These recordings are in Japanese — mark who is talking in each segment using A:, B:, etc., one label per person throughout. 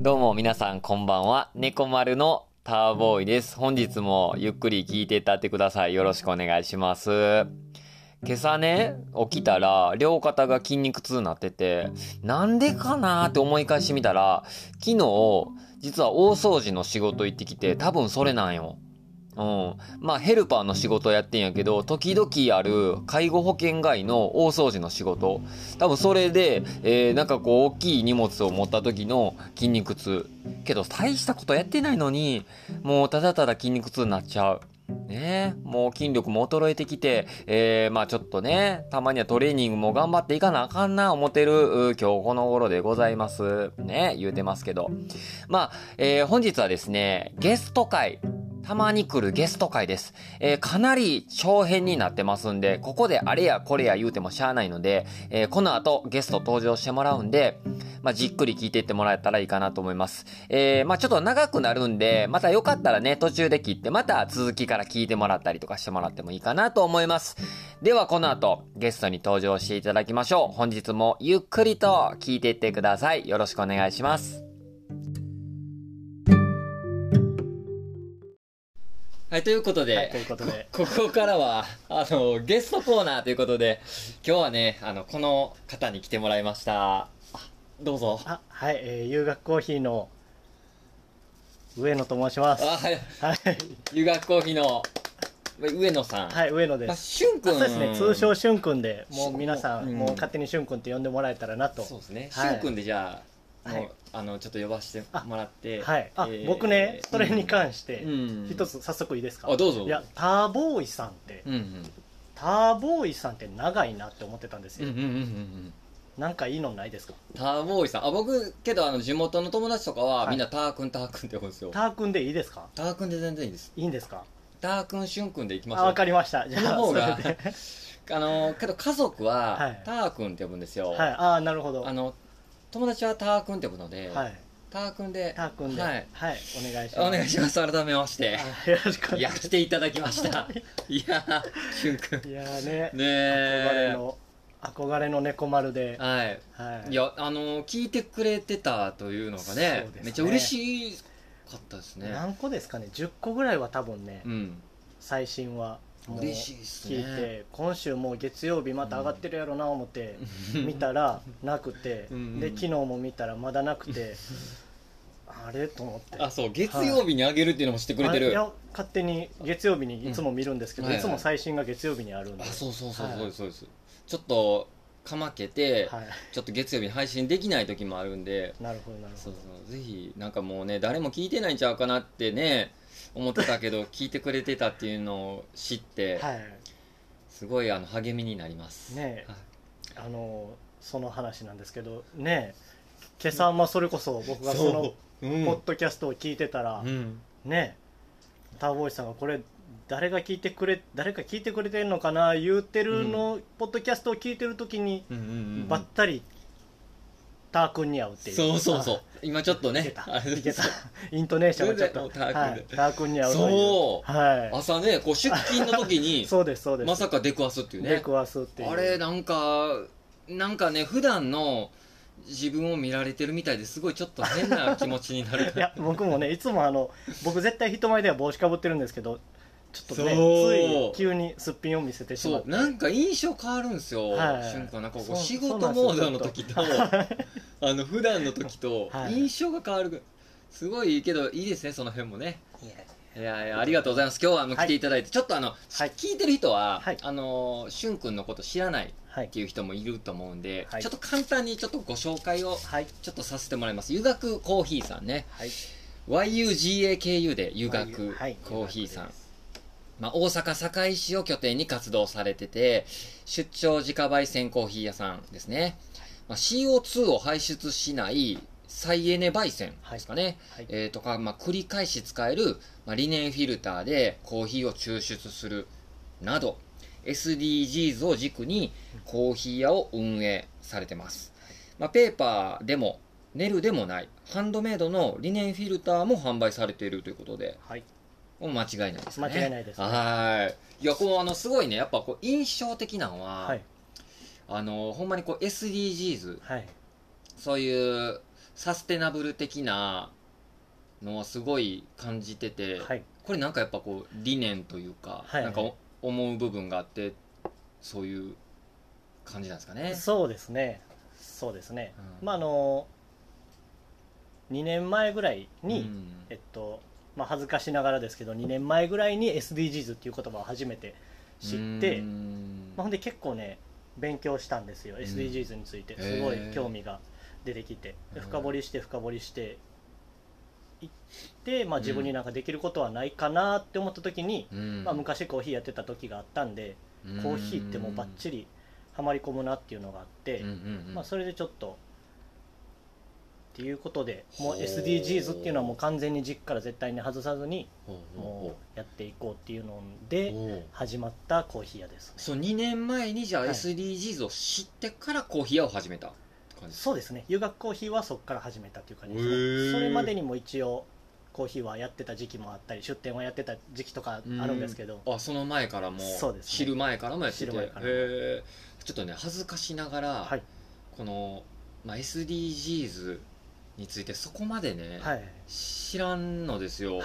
A: どうも皆さんこんばんは。猫丸のターボーイです。本日もゆっくり聞いていってってください。よろしくお願いします。今朝ね、起きたら、両肩が筋肉痛になってて、なんでかなーって思い返してみたら、昨日、実は大掃除の仕事行ってきて、多分それなんよ。うん。まあ、ヘルパーの仕事やってんやけど、時々ある介護保険外の大掃除の仕事。多分それで、えー、なんかこう、大きい荷物を持った時の筋肉痛。けど、大したことやってないのに、もうただただ筋肉痛になっちゃう。ねえ、もう筋力も衰えてきて、えー、まあちょっとね、たまにはトレーニングも頑張っていかなあかんな、思ってる、今日この頃でございます。ね、言うてますけど。まあ、えー、本日はですね、ゲスト会。たまに来るゲスト会です。えー、かなり長編になってますんで、ここであれやこれや言うてもしゃあないので、えー、この後ゲスト登場してもらうんで、まあ、じっくり聞いていってもらえたらいいかなと思います。えー、まあ、ちょっと長くなるんで、またよかったらね、途中で切って、また続きから聞いてもらったりとかしてもらってもいいかなと思います。では、この後、ゲストに登場していただきましょう。本日もゆっくりと聞いていってください。よろしくお願いします。はい、ということで、はい、
B: ということで
A: ここからは、あの、ゲストコーナーということで、今日はね、あの、この方に来てもらいました。どうぞ。
B: あ、はい、えー、遊学コーヒーの上野と申します。
A: あ、はい。はい。遊学コーヒーの上野さん。
B: はい、上野です。
A: しゅんくん。
B: そうですね、通称しゅんくんで、もう皆さん、うん、もう勝手にしゅんくんって呼んでもらえたらなと。
A: そうですね。しゅんくんでじゃあ、はい、あのちょっと呼ばせてもらって
B: はい、えー、僕ねそれに関して一つ早速いいですか、
A: あどうぞ
B: いやターボーイさんって、
A: うんうん、
B: ターボーイさんって長いなって思ってたんですよ、
A: うんうんうんうん
B: なんかいいのないですか
A: ターボーイさん。あ、僕、けど、あの、地元の友達とかは、みんなターくん、ターくんって呼ぶんですよ。
B: ターくんでいいですか
A: ターくんで全然いいです。
B: いいんですか
A: ターくん、しゅんくんでいきまし
B: ょわかりました。
A: じゃあ、 そが、あの、けど家族は、ターくんって呼ぶんですよ。
B: はい、ああ、なるほど。
A: あの、友達はターくんってことで、
B: はい、
A: ターくんで、
B: ターくんで、はい、はい、お願いし
A: ます。お願いします。改めまして、
B: よろしく
A: やっていただきました。いやしゅんく
B: ん。いやね、
A: ねー
B: 憧れの。憧れの猫丸で、
A: はい、、
B: はい
A: いやあの聞いてくれてたというのがね、ね、めっちゃ嬉しかったですね。
B: 何個ですかね、10個ぐらいは多分ね、
A: うん、
B: 最新は
A: 嬉しいですね
B: 聞いて今週もう月曜日また上がってるやろな思って見たらなくてで昨日も見たらまだなくてあれと思って
A: あそう月曜日に上げるっていうのも知ってくれてる、はい、
B: いや勝手に月曜日にいつも見るんですけど、うんはいはい、いつも最新が月曜日にあるんであ
A: そうそうそうそうです、そうです、はい、ちょっとかまけて、
B: はい、
A: ちょっと月曜日に配信できない時もあるんで
B: なるほどなるほ
A: どぜひなんかもうね誰も聞いてないんちゃうかなってね思ってたけ ど聞いてくれてたっていうのを知って、
B: はい、
A: すごいあの励みになります
B: ね、はい、あのその話なんですけどね今朝まあそれこそ僕がそのポッドキャストを聞いてたら、
A: うん、
B: ねターボーイさんがこれ誰が聞いてくれ誰か聞いてくれてんのかな言うてるの、うん、ポッドキャストを聞いてる時に、
A: うんうんうんうん、
B: ばったりター君に会うっていう
A: そうそうそう今ちょっとね
B: いけたイントネーションがちょっと
A: ター君で、
B: はい、君に会う、
A: そう、
B: はい
A: 朝ねこう出勤の時に
B: そうですそうです
A: まさか出くわすっていうね
B: 出くわすっていう
A: あれなんかなんかね普段の自分を見られてるみたいですごいちょっと変な気持ちになる
B: いや僕もねいつもあの僕絶対人前では帽子かぶってるんですけどちょっとねつい急にすっぴんを見せてしまって
A: なんか印象変わるんですよ、はい、瞬間なんかこう仕事モードの時とあの普段の時と印象が変わる、すごいけどいいですねその辺もねいやいやありがとうございます今日はもう来ていただいて、はい、ちょっとあの、はい、聞いてる人は、
B: はい、
A: あのしゅんくんのこと知らないっていう人もいると思うんで、ちょっと簡単にちょっとご紹介をちょっとさせてもらいます、はい、学コーヒーさんね、YUGAKU で遊学コーヒーさん、まあ、大阪堺市を拠点に活動されてて出張自家焙煎コーヒー屋さんですね、まあ、CO2 を排出しない再エネ焙煎ですかね、
B: はいはい、
A: えー、とか、まあ、繰り返し使える、まあ、リネンフィルターでコーヒーを抽出するなど SDGs を軸にコーヒー屋を運営されてます、まあ、ペーパーでもネルでもないハンドメイドのリネンフィルターも販売されているということで、
B: はい、
A: 間違いないですね
B: 間違いないです、
A: ね、はいいやこのあのすごいねやっぱこう印象的なのは、
B: はい、
A: あのほんまにこう SDGs、
B: はい、
A: そういうサステナブル的なのはすごい感じてて、
B: はい
A: これなんかやっぱこう理念というか、
B: はい
A: なんかお思う部分があってそういう感じなんですかね。
B: そうですねそうですね、
A: うん
B: まああの2年前ぐらいに、
A: うん
B: えっとまあ、恥ずかしながらですけど2年前ぐらいに SDGs っていう言葉を初めて知って、
A: うん
B: まあ、ほんで結構ね勉強したんですよ SDGs についてすごい
A: へー
B: 興味が出てきてで
A: うん
B: 深掘りして深掘りしていって、まあ、自分になんかできることはないかなって思った時に、
A: うん
B: まあ、昔コーヒーやってた時があったんでコーヒーってもうバッチリはまり込むなっていうのがあって、
A: うんうんうん
B: まあ、それでちょっとっていうことでもう
A: ほう
B: SDGs っていうのはもう完全に軸から絶対に外さずに
A: ほう
B: も
A: ほ
B: うやっていこうっていうの
A: う
B: で
A: ほうほう
B: 始まったコーヒー屋ですね
A: そう2年前にじゃあ
B: はい
A: SDGs を知ってからコーヒー屋を始めた感じですか
B: そうですね遊学コーヒーはそこから始めたっていう感じで
A: へ
B: す
A: ー
B: ねそれまでにも一応コーヒーはやってた時期もあったり出店はやってた時期とかあるんですけど
A: あその前からも
B: そうですね
A: 知る前からもやって
B: 知
A: て
B: る前から
A: へえちょっとね恥ずかしながら、
B: はい
A: この、まあ、SDGs についてそこまでね、
B: はい
A: 知らんのですよ、
B: はい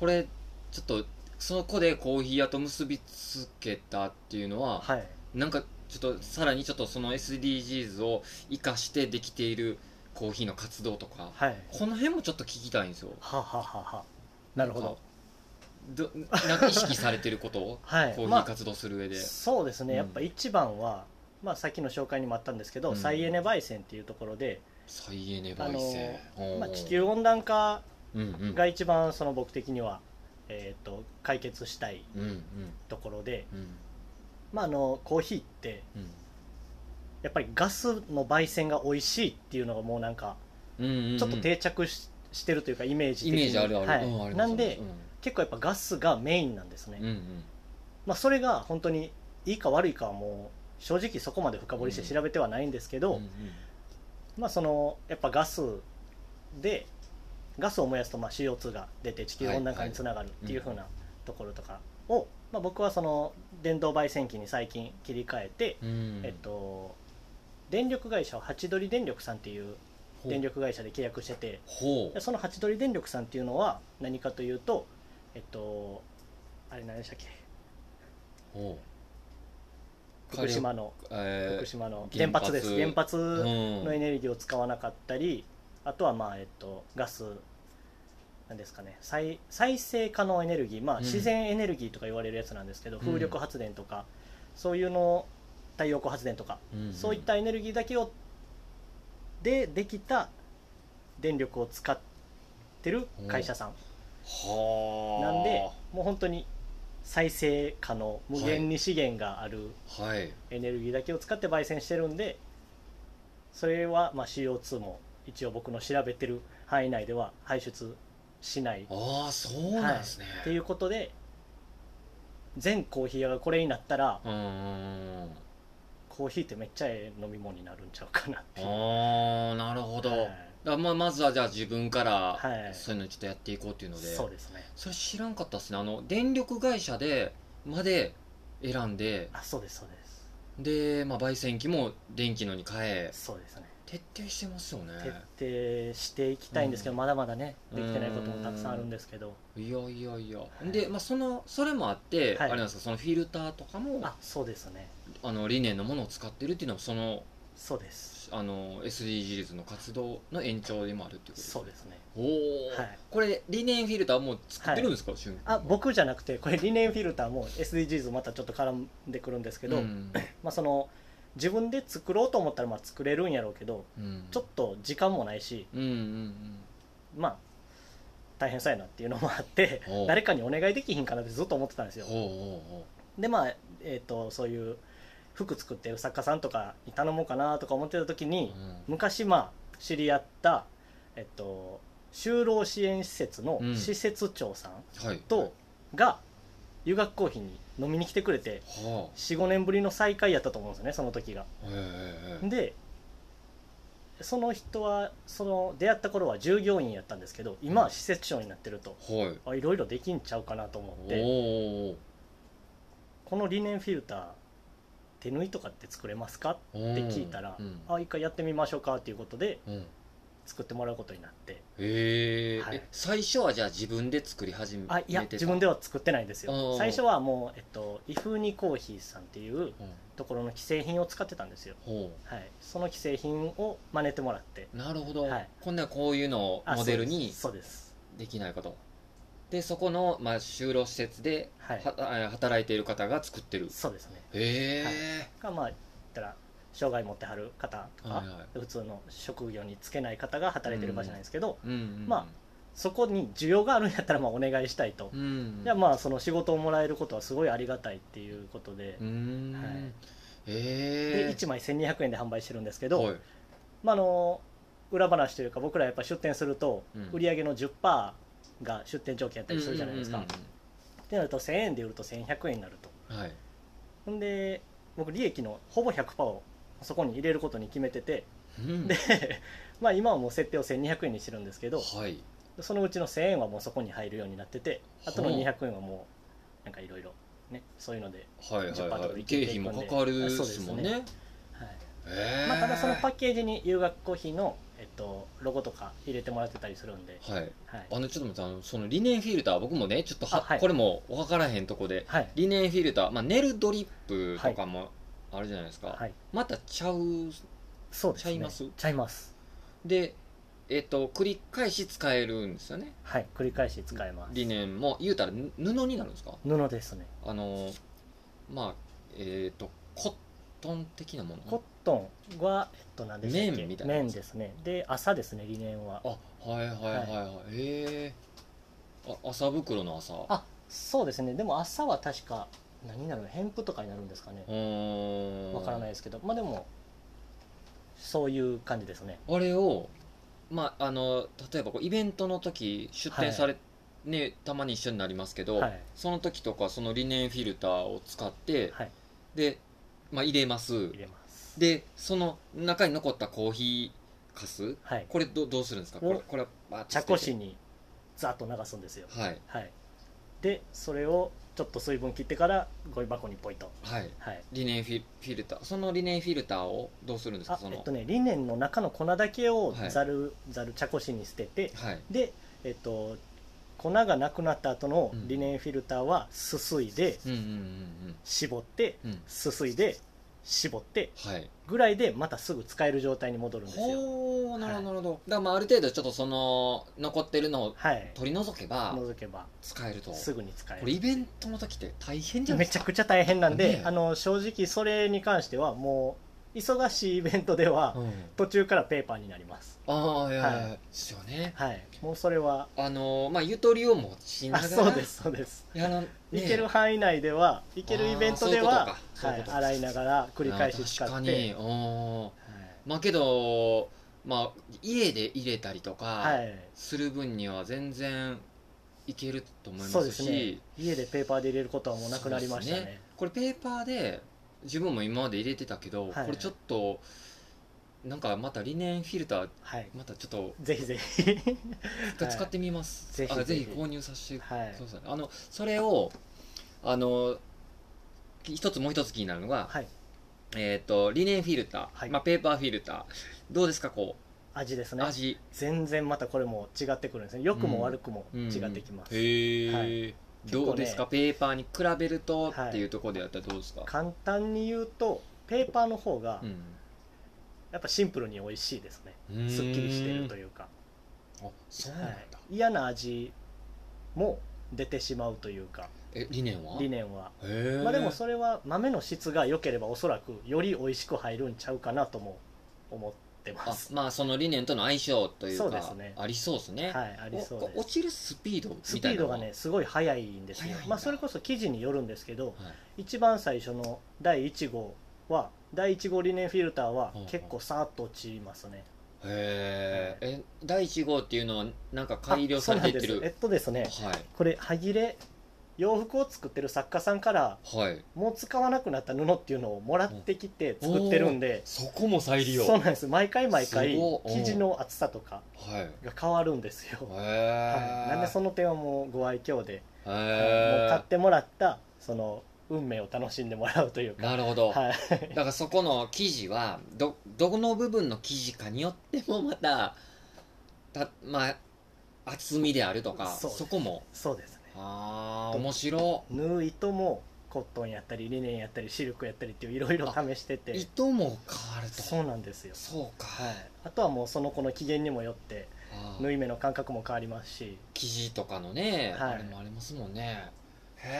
A: これちょっとそこでコーヒー屋と結びつけたっていうのは、
B: はい
A: なんかちょっとさらにちょっとその SDGs を生かしてできているコーヒーの活動とか、
B: はい
A: この辺もちょっと聞きたいんですよ
B: ははははなるほど
A: どなんか意識されてる ことを
B: はい
A: コーヒ
B: まあ
A: ー活動する上で、
B: そうですね、
A: うん
B: やっぱ一番は、まあ、さっきの紹介にもあったんですけど、
A: うん
B: 再エネ焙煎っていうところで、
A: 再エネ焙煎、おー
B: まあ、地球温暖化
A: うんうん
B: が一番その僕的には、えー、と解決したい
A: うんうん
B: ところで、
A: うん
B: まあ、あのコーヒーって
A: うん
B: やっぱりガスの焙煎が美味しいっていうのがもうなんか
A: うんうん
B: ちょっと定着し,、てるというかイメージ的
A: イ
B: に
A: メージあるある、
B: はい
A: うんありま
B: な
A: す
B: んで、結構やっぱガスがメインなんですね、
A: うんうん
B: まあ、それが本当にいいか悪いかはもう正直そこまで深掘りして調べてはないんですけ
A: う
B: ど、
A: んうん
B: まあ、そのやっぱガスでガスを燃やすとまあ CO2 が出て地球温暖化につながるっていうふうなところとかを、まあ、僕はその電動焙煎機に最近切り替えて、
A: うん
B: えっと、電力会社をハチドリ電力さんっていう
A: ほう
B: 電力会社で契約してて
A: ほう
B: でそのハチドリ電力さんっていうのは何かというと、えっと、あれ何でしたっけ
A: ほう
B: 福島の
A: えー
B: 福島の
A: 原
B: 原
A: 発
B: 発です原発
A: うん
B: のエネルギーを使わなかったり、あとはまあ、えっと、ガスなんですかね再再生可能エネルギー、まあ、
A: うん
B: 自然エネルギーとか言われるやつなんですけど、
A: うん
B: 風力発電とかそういうの太陽光発電とか、
A: うんん
B: そういったエネルギーだけをでできた電力を使ってる会社さん
A: はあ
B: なんで、もう本当に再生可能無限に資源がある、
A: はい
B: エネルギーだけを使って焙煎してるんでそれはまあ CO2 も一応僕の調べてる範囲内では排出しないっ
A: ああそうなんですね、
B: ていうことで全コーヒー屋がこれになったら
A: うーん
B: コーヒーってめっちゃええ飲み物になるんちゃうかなっていう
A: ああなるほど、
B: はい
A: あまあ、まずはじゃあ自分から
B: はい
A: そういうのちょっとやっていこうっていうので、
B: そうですね
A: それ知らんかったっすねあの電力会社でまで選んで
B: あそうですそうです
A: で、まあ、焙煎機も電気のに変え
B: そうですね
A: 徹底してますよね
B: 徹底していきたいんですけ
A: う
B: ど、
A: ん
B: まだまだねできてないこともたくさんあるんですけど
A: いやいやいや、
B: い
A: で、まあ、そのそれもあって、
B: はい
A: あれなんですかそのフィルターとかも
B: あそうですね
A: あの理念のものを使ってるっていうのもその
B: そうです
A: あの SDGs の活動の延長でもあるっていうこと
B: そう
A: で
B: ですね
A: おお、
B: はい
A: これ理念フィルターもう作ってるんですか、瞬間
B: あ僕じゃなくてこれ理念フィルターも SDGs またちょっと絡んでくるんですけど、
A: うん
B: まあ、その自分で作ろうと思ったらまあ作れるんやろうけど
A: うん
B: ちょっと時間もないし
A: うんうんうん
B: まあ大変そうやなっていうのもあって
A: おう
B: 誰かにお願いできひんかなってずっと思ってたんですよ
A: ほうほうほ
B: でまあ、えー、とそういう服作ってる作家さんとかに頼もうかなとか思ってた時
A: う
B: に
A: うん
B: 昔まあ知り合った、えっと、就労支援施設の
A: うん
B: 施設長さん
A: はい
B: とが遊学コーヒーに飲みに来てくれて
A: は
B: 45年ぶりの再会やったと思うんですよねその時が
A: あへえへえ
B: でその人はその出会った頃は従業員やったんですけど今は施設長になってると
A: はい
B: あいろいろできんちゃうかなと思っ
A: お
B: て
A: ー
B: このリネンフィルター手縫いとかって作れますかって
A: おー
B: 聞いたら、
A: うん
B: あ一回やってみましょうかっていうことで
A: うん
B: 作ってもらうことになって
A: へえ、
B: はい
A: え最初はじゃあ自分で作り始めてた
B: あいや自分では作ってないんです
A: おうお
B: よ
A: う
B: 最初はもう、えっと、イフーニコーヒーさんっていう
A: うん
B: ところの既製品を使ってたんですよ
A: ほ
B: はいその既製品を真似てもらって
A: うなるほど、
B: はい
A: こんなこういうのを
B: あ
A: モデルに
B: そうです
A: できないかとでそこの、まあ、就労施設で
B: そうですはい
A: はあ働いている方が作ってる
B: そうですね
A: へ
B: がまあ言ったら障害持ってはる方
A: え、
B: と
A: はい
B: か
A: はい
B: 普通の職業に就けない方が働いてる場所なんですけど、
A: うんうん
B: まそこに需要があるんやったらまあお願いしたいと、
A: うんうん
B: じゃあまあその仕事をもらえることはすごいありがたいっていうことで
A: う,、ん、
B: はい
A: へえ
B: で1枚1200円で販売してるんですけど、
A: はい
B: まあ、あの裏話というか僕らやっぱ出店すると
A: うん
B: 売り上げの10%が出店条件やったりするじゃないですか、
A: うんうん
B: ってなると1000円で売ると1100円になると
A: うんうんはい
B: ほんで僕利益のほぼ100%をそこに入れることに決めて て
A: うん
B: でまあ今はもう設定を1200円にしてるんですけど
A: はい
B: そのうちの1000円はもうそこに入るようになっててあとの200円はもうなんかいろいろねそういうので、
A: はいはい
B: 10%と
A: は
B: か
A: い
B: い
A: 経
B: けていくんで
A: 費もかかるしもんね
B: そうはい
A: へえ
B: まあ、ただそのパッケージに留学コーヒーの、えっと、ロゴとか入れてもらってたりするんで、
A: はい
B: はい
A: あのちょっと待ってあのそのリネンフィルター僕もねちょっとは、
B: あはい
A: これも分からへんとこで
B: はい
A: リネンフィルター、まあ、ネルドリップとかもあるじゃないですか、
B: はい、
A: またちゃう
B: そうですね
A: ちゃいます
B: ちゃいます
A: でえっと繰り返し使えるんですよね
B: はい繰り返し使えます
A: リネンも言うたらぬ布になるんですか
B: 布ですね
A: あのまあえっ、とコットン的なも
B: コッ
A: の
B: トンは、えっと、何でしたっけ
A: 綿みたいなやつ
B: 綿ですねで朝ですねリネンは
A: あはいはいはいはいへえあ麻袋の麻
B: あそうですねでも朝は確か何になるの偏布とかになるんですかね
A: うーん
B: わからないですけどまあでもそういう感じですね
A: あれをまああの例えばこうイベントの時出店され、ねたまに一緒になりますけど、
B: はい
A: その時とかそのリネンフィルターを使って、
B: はい
A: で、まあ、入れます
B: 入れます
A: でその中に残ったコーヒーかす
B: はい
A: これどどうするんですかこれ
B: お
A: これはバーッと
B: 茶
A: 捨てて
B: こしにザッと流すんですよ
A: はい
B: はいでそれをちょっと水分切ってからゴミ箱にポイと
A: はい
B: はい
A: リネンフィフィルターそのリネンフィルターをどうするんですか
B: あ
A: そ
B: え
A: の、
B: っとねリネンの中の粉だけを
A: はい
B: ざるざる茶こしに捨てて
A: はい
B: でえっと粉がなくなった後の
A: うん
B: リネンフィルターはすすいで
A: うんうん
B: 絞って
A: うんうんうん
B: すすいで絞って
A: はい
B: ぐらいでまたすぐ使える状態に戻るんですよ
A: ほうなるほどなるほど、だからまあある程度ちょっとその残ってるのを
B: はい
A: 取り除けば
B: 除けば
A: 使えると
B: すぐに使え
A: これイ
B: る
A: ベントの時って大変じゃない
B: め
A: で
B: ち
A: す
B: ゃ
A: か
B: くちゃ大変なんで、
A: ね
B: あの正直それに関してはもう忙しいイベントでは、
A: うん、
B: 途中からペーパーになります
A: ああいやいや、
B: はい
A: ですよね
B: はいもうそれは
A: あのーまあゆとりを持ちな
B: あ
A: がら
B: そうですそうです
A: やらんね
B: いける範囲内ではいけるイベントで
A: あー
B: は
A: そういうことかそういう
B: は
A: こ
B: い
A: とか
B: 洗いながら繰り返し使
A: あー
B: っ
A: 確か
B: て
A: にうん
B: は
A: まあけどまあ家で入れたりとか、
B: いはい
A: する分には全然いけると思い
B: そ
A: ま
B: う
A: す
B: です
A: し
B: ね家でペーパーで入れることはもうなくなりまし
A: そ
B: た
A: うです
B: ね
A: これペーパーで自分も今まで入れてたけど、
B: はい
A: これちょっとなんかまたリネンフィルター
B: はい
A: またちょっと
B: ぜひぜひ
A: 一回使ってみます、
B: はいぜひ
A: あぜ
B: ぜひ
A: ひ購入させてく
B: はい
A: ださい、あのそれをあの一つもう一つ気になるのが、
B: はい
A: えっ、とリネンフィルター、
B: はい
A: まあ、ペーパーフィルターどうですかこ
B: 味です
A: う、
B: ね
A: 味
B: 全然またこれも違ってくるんですね良くも悪くも違ってきます
A: うんへえ、
B: 結構ね
A: どうですか、ペーパーに比べると
B: はい
A: っていうところでやったらどうですか、
B: 簡単に言うとペーパーの方が
A: うん
B: やっぱシンプルに美味しいですねすっきりしてるというか
A: あそうなんだ、
B: はい嫌な味も出てしまうというか
A: え理念は
B: 理念は
A: へえ
B: まあでもそれは豆の質が良ければおそらくより美味しく入るんちゃうかなとも思ってま
A: あ
B: す
A: まあその理念との相性というか
B: そうですね
A: ありそうですね、
B: はいありそう
A: お
B: で
A: 落
B: す
A: ちるスピードみたいな
B: スピードが
A: のは
B: ねすごい速いんです
A: 速
B: よ
A: いんだ
B: まあそれこそ記事によるんですけど
A: はい
B: 一番最初の第1号は第1号リネンフィルターは
A: うんうん
B: 結構さーっと落ちますね
A: へええ第1号っていうのはなんか改良されていって
B: あそうなんですえ
A: る
B: っとですね
A: はい
B: これ端切れ洋服を作ってる作家さんから
A: はい
B: もう使わなくなった布っていうのをもらってきて作ってるんで、
A: そこも再利用
B: そう
A: はい
B: なんです毎回毎回
A: すごいうん
B: 生地の厚さとか
A: へ
B: が変わるんですよ、はい、
A: え
B: なんでその点はもうご愛嬌で、
A: へ
B: もう買っ
A: え
B: てもらったその運命を楽しんでもらうというか、
A: なるほど、
B: はい、
A: だからそこの生地はどどの部分の生地かによってもまたたまあ厚みであるとかそ
B: そ
A: う
B: です
A: こも
B: そうですね
A: ああ面白
B: 縫う糸もコットンやったりリネンやったりシルクやったりっていういろいろ試して
A: い
B: て
A: 糸も変わると
B: そうなんですよ
A: そうか、
B: はいあとはもうその子の機嫌にもよって
A: あー
B: 縫い目の感覚も変わりますし
A: 生地とかのね、
B: はい
A: あれもありますもんねへ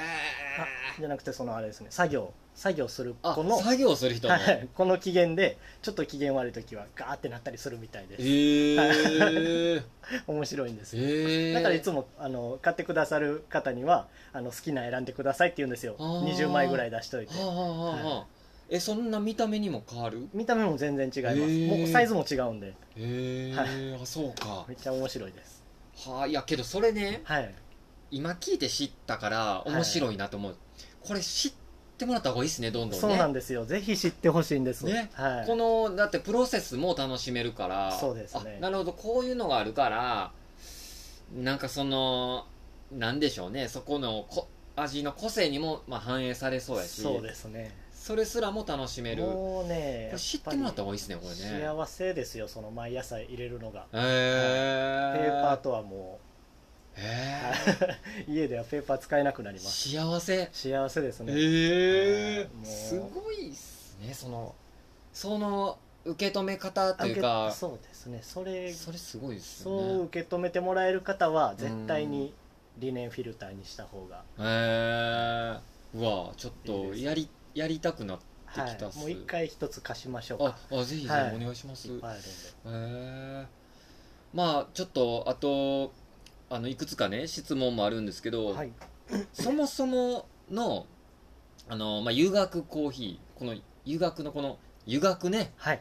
B: あ
A: え
B: じゃなくてそのあれですね作業作業する
A: あ
B: 子の
A: 作業する人の、
B: はいこの機嫌でちょっと機嫌悪い時はガーってなったりするみたい
A: え
B: です
A: ー、
B: 面白いんですよ
A: えー、
B: だからいつ
A: も
B: もあの買ってくださる方にはあの好きな選んでくださいって言うんですよ
A: あー
B: 20枚ぐらい出しといて
A: はあ、はあはあはあえそんな見た目にも変わる
B: 見た目も全然違います、
A: へー
B: もうサイズも違うんで
A: へえ、あそうか
B: めっちゃ面白いです
A: はあいやけどそれね
B: はい
A: 今聞いて知ったから面白いなと思う、これ知ってもらった方がいいですねどんどんね
B: そうなんですよぜひ知ってほしいんです、
A: ね
B: はい、
A: このだってプロセスも楽しめるから
B: そうですね
A: あなるほどこういうのがあるからなんかそのなんでしょうねそこのこ味の個性にも、まあ、反映されそうやし
B: そうですね
A: それすらも楽しめるこ
B: もうね
A: れ知ってもらった方がいいですねこれ
B: やっぱ
A: ね
B: り幸せですよその毎朝入れるのが
A: へ
B: ペ
A: え
B: ーパーとはもう、
A: へ
B: 家ではペーパー使えなくなり
A: え
B: ます
A: 幸せ
B: 幸せですね、
A: ええ
B: はいもう
A: すごいっすねそのその受け止め方というか
B: 受けそうですねそれ
A: それすごいっすよね
B: そう受け止めてもらえる方は絶対にリネンフィルターにした方が、
A: へえうわちょっ
B: いい
A: と
B: です
A: やりやりたくなっ
B: は
A: できたっ
B: い、
A: す
B: もう一回一つ貸しましょう
A: あ
B: か
A: あぜひぜひ
B: はい
A: お願いします、
B: いっ
A: へ
B: ぱいあるんで
A: えまあちょっとあとあのいくつかね質問もあるんですけど、
B: はい
A: そもそものあの、まあ、湯学コーヒーこの湯学のこの湯学ね
B: はい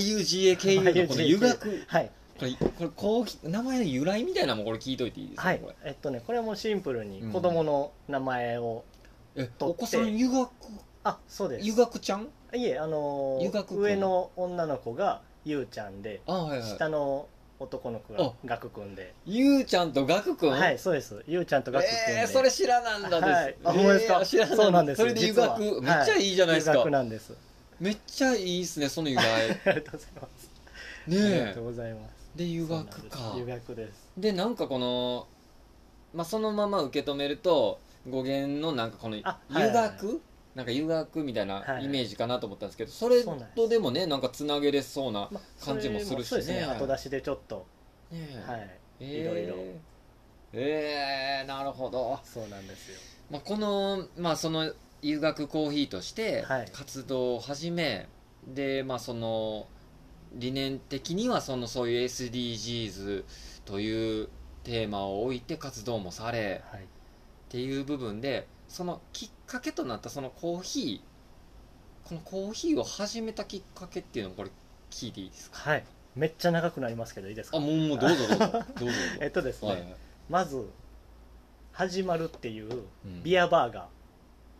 A: YUGAKU のこの
B: YUGAKU
A: 湯学
B: はい、
A: これこれコーヒー名前の由来みたいなのもこれ聞いといていいですか、
B: はい
A: これ、
B: えっとねこれはもうシンプルに
A: うん
B: 子供の名前を、
A: え
B: と
A: お子さん湯学
B: あそうです
A: 湯学ちゃん
B: いえあのー
A: 遊学君
B: 上の女の子がゆうちゃんで、
A: あはいはい
B: 下の男の子が
A: あ
B: がくくんで、
A: ゆうちゃんとガクくん
B: はいそうですゆうちゃんとがくくんで、
A: えー、それ知らなんだです、
B: はいあほんまですか
A: えー知らなんだ
B: そうなんです
A: それで湯学
B: 実は
A: めっちゃいいじゃないですか、
B: 留学なんです
A: めっちゃいいですねその湯外ね
B: ありがとうございます、ありが
A: え
B: とうございます
A: で湯学か
B: そうなんです留学です
A: でなんかこの、まあ、そのまま受け止めると語源のなんかこの湯
B: あ
A: 学、
B: はいはいはい
A: なんか湯学みたい
B: はいは
A: ないイメージかなと思ったんですけどそれ
B: そうなんです
A: とでもねなんかつなげれそうな、
B: まあ
A: 感じもするしね
B: それそうですね後出しでちょっと、
A: ねえ
B: はい
A: えー
B: いろいろ
A: えーなるほど
B: そうなんですよ
A: まあ、この、まあ、その遊学コーヒーとして
B: はい
A: 活動を始め、で、まあ、その理念的にはそのそういう SDGs というテーマを置いて活動もされ
B: はい
A: っていう部分でそのきっかけとなったそのコーヒーこのコーヒーを始めたきっかけっていうのをこれ聞いていいですか
B: はいめっちゃ長くなりますけどいいで
A: あ
B: すか
A: もうもうどうぞど うぞどうぞ
B: えっとです
A: ど
B: ね、
A: うぞはいはい
B: まず始まるっていう
A: うん
B: ビアバーが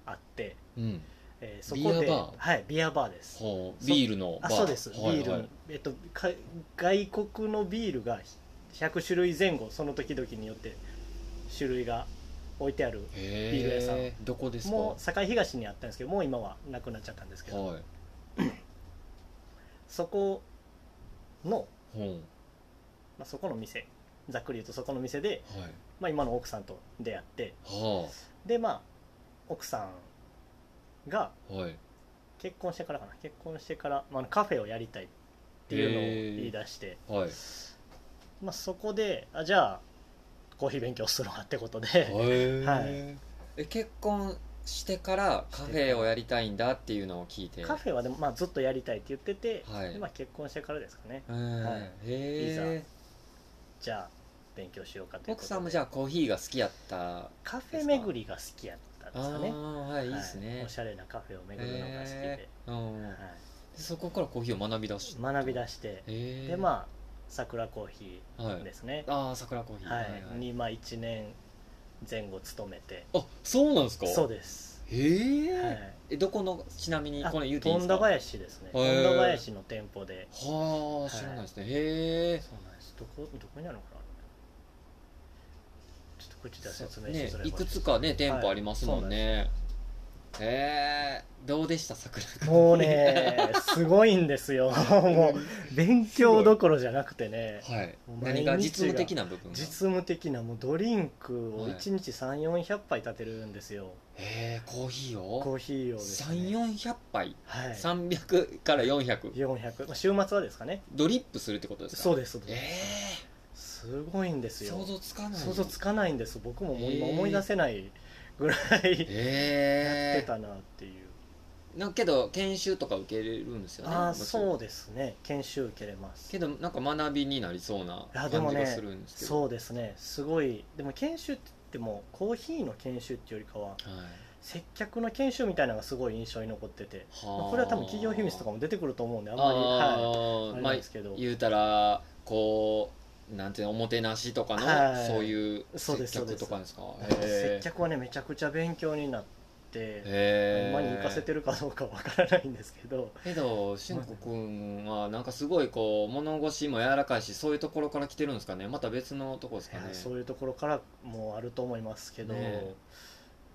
B: あって、
A: うん
B: えーそこで
A: ビアバー
B: はい、ビアバーです
A: ほう
B: そ
A: ビールの
B: あそうです、
A: はいはい
B: ビール、えっと、か外国のビールが100種類前後その時々によって種類が置いてある
A: へ
B: ビール屋さ
A: んどこですか
B: もう栄東にあったんですけどもう今はなくなっちゃったんですけど、
A: はい
B: そこの、
A: ほ
B: まあ、そこの店ざっくり言うとそこの店で、
A: うはい
B: まあ、今の奥さんと出会って
A: は
B: でまあ奥さんが
A: あはい
B: 結婚してからかな結婚してから、まああの、カフェをやりたいっていうのを言い出して、
A: はい
B: まあ、そこであじゃあコーヒー勉強するわってことで、
A: はいえ結婚してからカフェをやりたいんだっていうのを聞いて
B: カフェはでも、まあ、ずっとやりたいって言ってて、
A: はい
B: でまあ、結婚してからですかね
A: うん
B: はい
A: へえ
B: じゃあ勉強しようかということ
A: 奥
B: で
A: さんもじゃあコーヒーが好きやった
B: カフェ巡りが好きやったんですかね
A: ああはいいい
B: は
A: ですね
B: おしゃれなカフェを巡るのが好きで
A: へ、えうん
B: は
A: でそこからコーヒーを学び出し
B: い、学び出して
A: へえ
B: でまあ桜コーヒ
A: あは
B: ー
A: い
B: ですね、
A: ああ桜コーヒー
B: はい
A: はいはい
B: にまあ1年前後勤めて
A: あそうなんですか
B: そうです、
A: へ
B: は
A: え
B: い
A: えどこのちなみに
B: あ
A: この言うていいで
B: 富
A: す
B: 田
A: かは
B: 林ですね
A: へ
B: 富
A: ー
B: 田林の店舗で
A: あ知らないですねへえ
B: そうなんですどこどこにあるのかなちょっと口では説明し
A: ね
B: づら、い
A: いくつかね店舗ありますもんねえー、どうでした桜君
B: もうねすごいんで すよもう勉強どころじゃなくてね
A: はい
B: もう毎日
A: 何
B: が
A: が実務的な部分が
B: 実務的なもうドリンクを
A: はい
B: 1日3400杯立てるんですよ、
A: えー、コーヒー
B: コ
A: を
B: ーヒーをですね、
A: 3400杯、
B: はい、
A: 300から400
B: 400、まあ、週末はですかね
A: ドリップするってことですか
B: そうですそう
A: え
B: です、すごいんです
A: ー、
B: よ
A: 想像つかない
B: 想像つかないんです僕ももう今
A: へー
B: 思い出せないぐらいやって
A: え
B: たなっていう、
A: ー、なんかけど研修とか受けれるんですよね
B: ああ
A: もちろん
B: そうですね研修受けれます
A: けどなんか学びになりそうない
B: や
A: 感
B: でも
A: じ
B: ね
A: がするんですけど
B: そうですねすごいでも研修って言ってもコーヒーの研修っていうよりかは
A: はいは
B: 接客の研修みたいなのがすごい印象に残ってて、
A: あ
B: まあこれは多分企業秘密とかも出てくると思うんであ
A: あ
B: んまりは
A: ー
B: いあれ
A: ま
B: な
A: あ
B: んですけど、
A: 言うたらこうなんていうのおもてなしとかの、
B: はい
A: そういう
B: そうで
A: 接
B: すそうで
A: 客
B: す
A: とかですか
B: 接
A: へ
B: 客はねめちゃくちゃ勉強になって
A: え
B: 今に浮かせてるかどうかわからないんですけど
A: けど俊子君はなんかすごいこう物腰も柔らかいしそういうところから来てるんですかねまた別のとこですか
B: い
A: ね
B: やそういうところからもあると思いますけど、
A: ね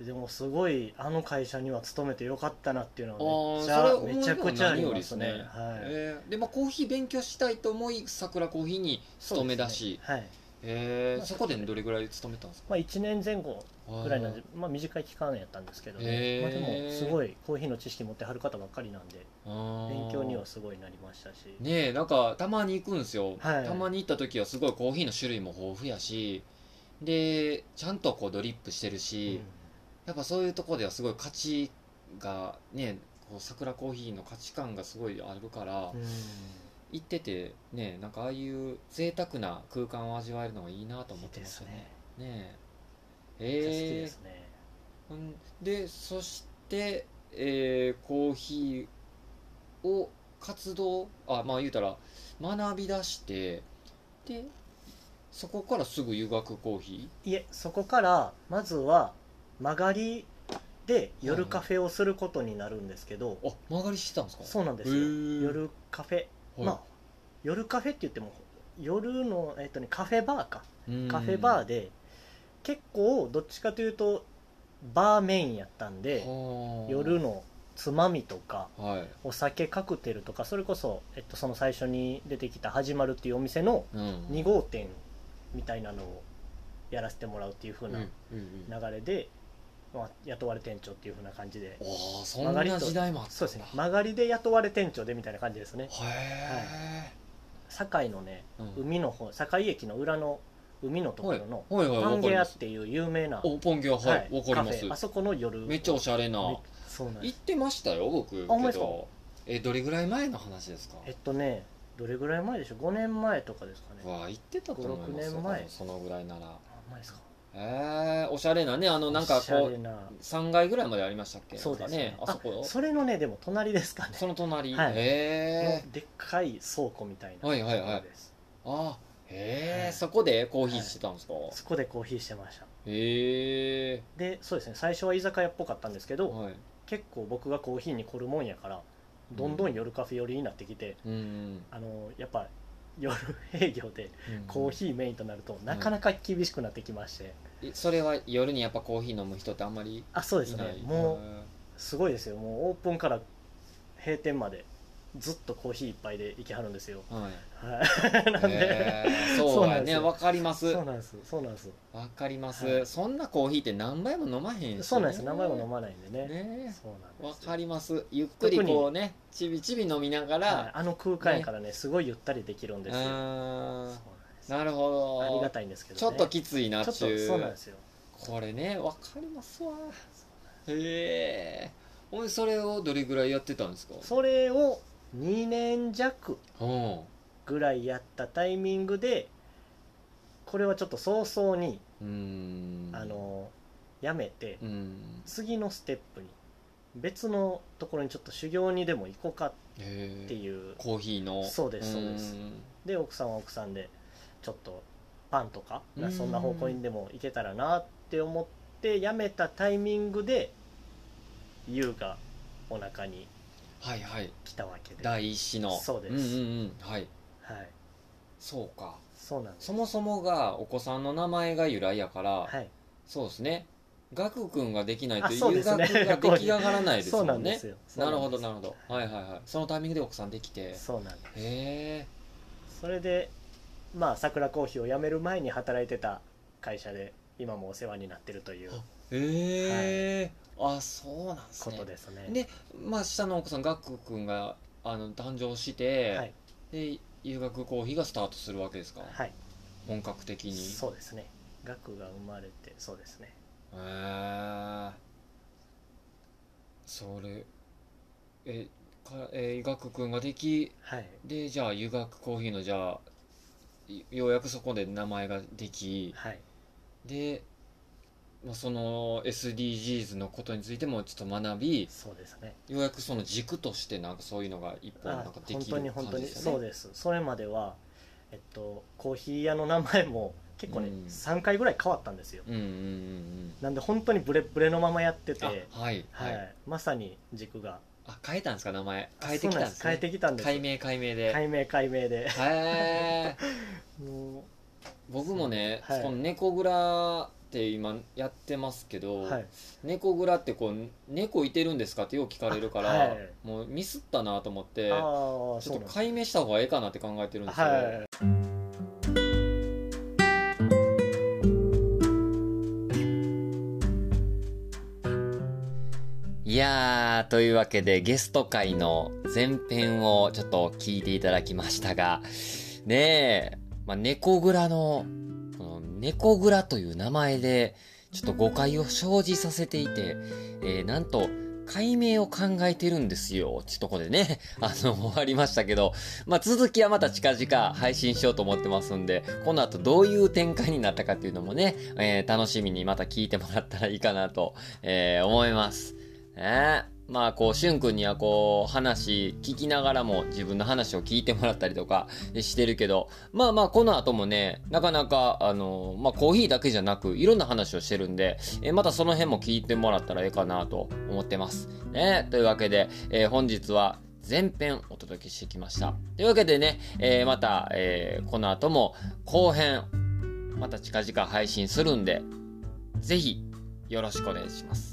B: でもすごいあの会社には勤めてよかったなっていうのはめっち
A: あー
B: ゃ
A: それは
B: めちゃくちゃありますね
A: 思うのは
B: はい、
A: えーでまあ、コーヒー勉強したいと思い桜コーヒーに勤めだし、
B: そうですねはい
A: えー
B: まあ
A: そこでどれぐらい勤めたんですか
B: まあ、1年前後ぐらいなんで
A: あ
B: まあ、短い期間やったんですけど、
A: へー
B: まあ、でもすごいコーヒーの知識持ってはる方ばっかりなんで
A: ー
B: 勉強にはすごいなりましたし、
A: ねえなんかたまに行くんですよ、
B: はい
A: たまに行った時はすごいコーヒーの種類も豊富やしでちゃんとこうドリップしてるし、やっぱそういうとこではすごい価値がねこう桜コーヒーの価値観がすごいあるから、
B: うんうん
A: 行っててねなんかああいう贅沢な空間を味わえるのがいいなと思
B: い
A: っ
B: い
A: て
B: で
A: まし
B: す
A: た
B: ね
A: ねねえ
B: めっちゃ好き
A: え
B: ですね、
A: ーうんでそして、えーコーヒーを活動あまあ言うたら学び出してでそこからすぐ遊学コーヒ
B: いえそこからまずは曲がりで夜カフェをすることになるんですけど、
A: ーあ曲がりしてたんですか
B: そうなんですよ
A: へー
B: 夜カフェ、
A: はい
B: まあ夜カフェって言っても夜の、えっとね、カフェバーか
A: うん
B: カフェバーで、結構どっちかというとバーメインやったんで、
A: はあ
B: 夜のつまみとか
A: はい
B: お酒カクテルとかそれこそ、えっと、その最初に出てきた「始まる」っていうお店の
A: うん
B: 2号店みたいなのをやらせてもらうっていう風
A: うんう
B: なん
A: うん
B: 流れで、まあ、雇われ店長っていう風な感じで
A: おーそ
B: 曲
A: ん
B: がりと
A: な時代もあった
B: そうですね曲がりで雇われ店長でみたいな感じですね
A: へ
B: 堺のね
A: え、うん
B: 海の方堺駅の裏の海のところの
A: はいはい、
B: パ
A: わか
B: ンゲ
A: り
B: ア
A: ま
B: っ
A: す。
B: ていう有名な、
A: お、ポンギョ、はい、わか
B: カ
A: り
B: フ
A: ま
B: ェあ
A: す。
B: そこの夜
A: めっちゃおしゃれな。
B: めそうなんで
A: 行
B: す
A: ってましたよ、僕。
B: ほんまで
A: け
B: すか
A: ど。え、どれぐらい前の話ですか。
B: えっとねどれぐらい前でしょう5年前とかですかね
A: わあ、行ってたと思いますよ。
B: 5 6年前
A: 多分そのぐらいなら。
B: あ前ですか
A: ええ、おしゃれなね、あの、なんか、
B: おしゃ
A: こ
B: れ
A: う。
B: な
A: 三階ぐらいまでありましたっけ。
B: そうですね
A: なんかあそこ。
B: それのねでも隣ですかね
A: その隣。
B: はい
A: へえ。
B: のでっかい倉庫みたいな
A: はいはいはい
B: ところです
A: あ。へ
B: は
A: え、
B: い
A: そこでコーヒーしてたんですか。
B: そこでコーヒーしてました
A: へえ。
B: でそうですね最初は居酒屋っぽかったんですけど、
A: はい。
B: 結構僕がコーヒーに凝るもんやからどんどん夜カフェ寄りになってきて、
A: うん。
B: あのやっぱ夜営業で
A: うん
B: コーヒーメインとなると、なかなか厳しくなってきまして、
A: えそれは夜にやっぱコーヒー飲む人ってあんまり。
B: あそうです
A: い
B: ね
A: ない。
B: もう
A: う。
B: すごいですよもうオープンから閉店までずっとコーヒー一杯で行きはるんですよ
A: はい。
B: はい なんで、
A: えーそうやね
B: そうなんですよ
A: わかります
B: そう
A: わ
B: なんですそうなんです
A: かります、
B: はい
A: そんなコーヒーって何杯も飲まへんし、ね、
B: そうなんです名前も飲
A: ま
B: まないんでね
A: ね
B: そうなんです
A: わかりますゆっくりこうねちびちび飲みなが
B: はい
A: ら、
B: あの空間やからねすごいゆったりできるん
A: う
B: ですよそうなん
A: ーん
B: です
A: なる
B: あり
A: ほ
B: が
A: ど
B: たいんですけど、ね、
A: ちょっときついな
B: ちょ
A: っ
B: っ
A: ちゅ
B: と
A: う
B: そうなんですよ
A: これねわかりますわへえほんでそれをどれぐらいやってたんですか
B: それを2年弱
A: うん
B: ぐらいやったタイミングでこれはちょっと早々に、
A: うーん
B: あのやめて、
A: うん
B: 次のステップに別のところにちょっと修行にでも行こうか
A: へ
B: って
A: え
B: いう
A: コーヒーの
B: そうですそうです
A: ん
B: で奥さんは奥さんでちょっとパンとか
A: うん
B: そんな方向にでも行けたらなって思って辞めたタイミングで優がお腹に
A: はいはい
B: 来たわけで、はい、
A: 第一子の
B: そうです
A: んうんうんはいそうか
B: そうなんです
A: そもそもがお子さんの名前が由来やから、
B: はい
A: そうですね
C: ガク君ができないと
B: あそう
C: 留
B: です
C: 学
B: ね
C: が出来上がらないです
B: そう
C: も
B: なんんで
C: ね
B: すよそう
C: なんる
B: です
C: ほどなるほどはいはいはいそのタイミングで奥さんできてへ
B: そうなんです
C: え
B: それでまあ桜コーヒーを辞める前に働いてた会社で今もお世話になってるという
C: へえあそうなんです
B: こ
C: ね
B: とですね
C: でまあ下の奥さんガク君があの誕生して、
B: はい
C: で留学コーヒーがスタートするわけですか
B: はい
C: 本格的に
B: そうですね学が生まれてそうですね
C: へえそれえかえー、学君ができ
B: はい
C: でじゃあ湯学コーヒーのじゃあいようやくそこで名前ができ
B: はい
C: で、まあ、その SDGs のことについてもちょっと学び
B: そうですね
C: ようやくその軸としてなんかそういうのが一本なん
B: あ
C: かで
B: 本
C: き
B: 当に
C: る
B: 本
C: 感
B: 当
C: じ
B: に
C: ですよ
B: そう
C: ね
B: ですそれまではえっとコーヒー屋の名前も結構ね、
C: うん
B: 3回ぐらい変わったんですよ
C: うんうんうん
B: なんで本当にブレブレのままやってて
C: うんあはい
B: は
C: はい、
B: い、まさに軸が
C: あ変えたんですか名前
B: あ
C: 変えてきたんです、ね、
B: そうな変えてきたんです
C: 改名改名で、
B: 解明解 明で
C: へえ
B: も
C: 僕もね、
B: はい
C: この猫蔵って今やってますけ
B: う
C: ど、
B: はい
C: 猫蔵ってこう猫いてるんですかってよく聞かれるから、
B: あはい
C: もうミスったなと思って
B: ああ
C: ちょっと
B: す
C: 解明した方がええかなって考えてるんですよ、
B: はい
A: いやー、というわけでゲスト会の前編をちょっと聞いていただきましたが、ねえ、まあ、猫蔵の、この猫蔵という名前で、ちょっと誤解を生じさせていて、えーなんと、解明を考えてるんですよ。ちょっとここでね、 あの、終わりましたけど、まあ、続きはまた近々配信しようと思ってますんで、この後どういう展開になったかっていうのもね、えー楽しみにまた聞いてもらったらいいかなと、えー思います。ねえまあこう、しゅんくんにはこう、話聞きながらも自分の話を聞いてもらったりとか してるけど、まあまあこの後もね、なかなか、あの、まあコーヒーだけじゃなく、いろんな話をしてるんで、えーまたその辺も聞いてもらったらええかなと思ってます。ねえというわけで、えー本日は前編お届けしてきました。というわけでね、えーまた、えーこの後も後編、また近々配信するんで、ぜひよろしくお願いします。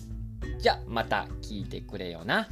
A: じゃあまた聞いてくれよな。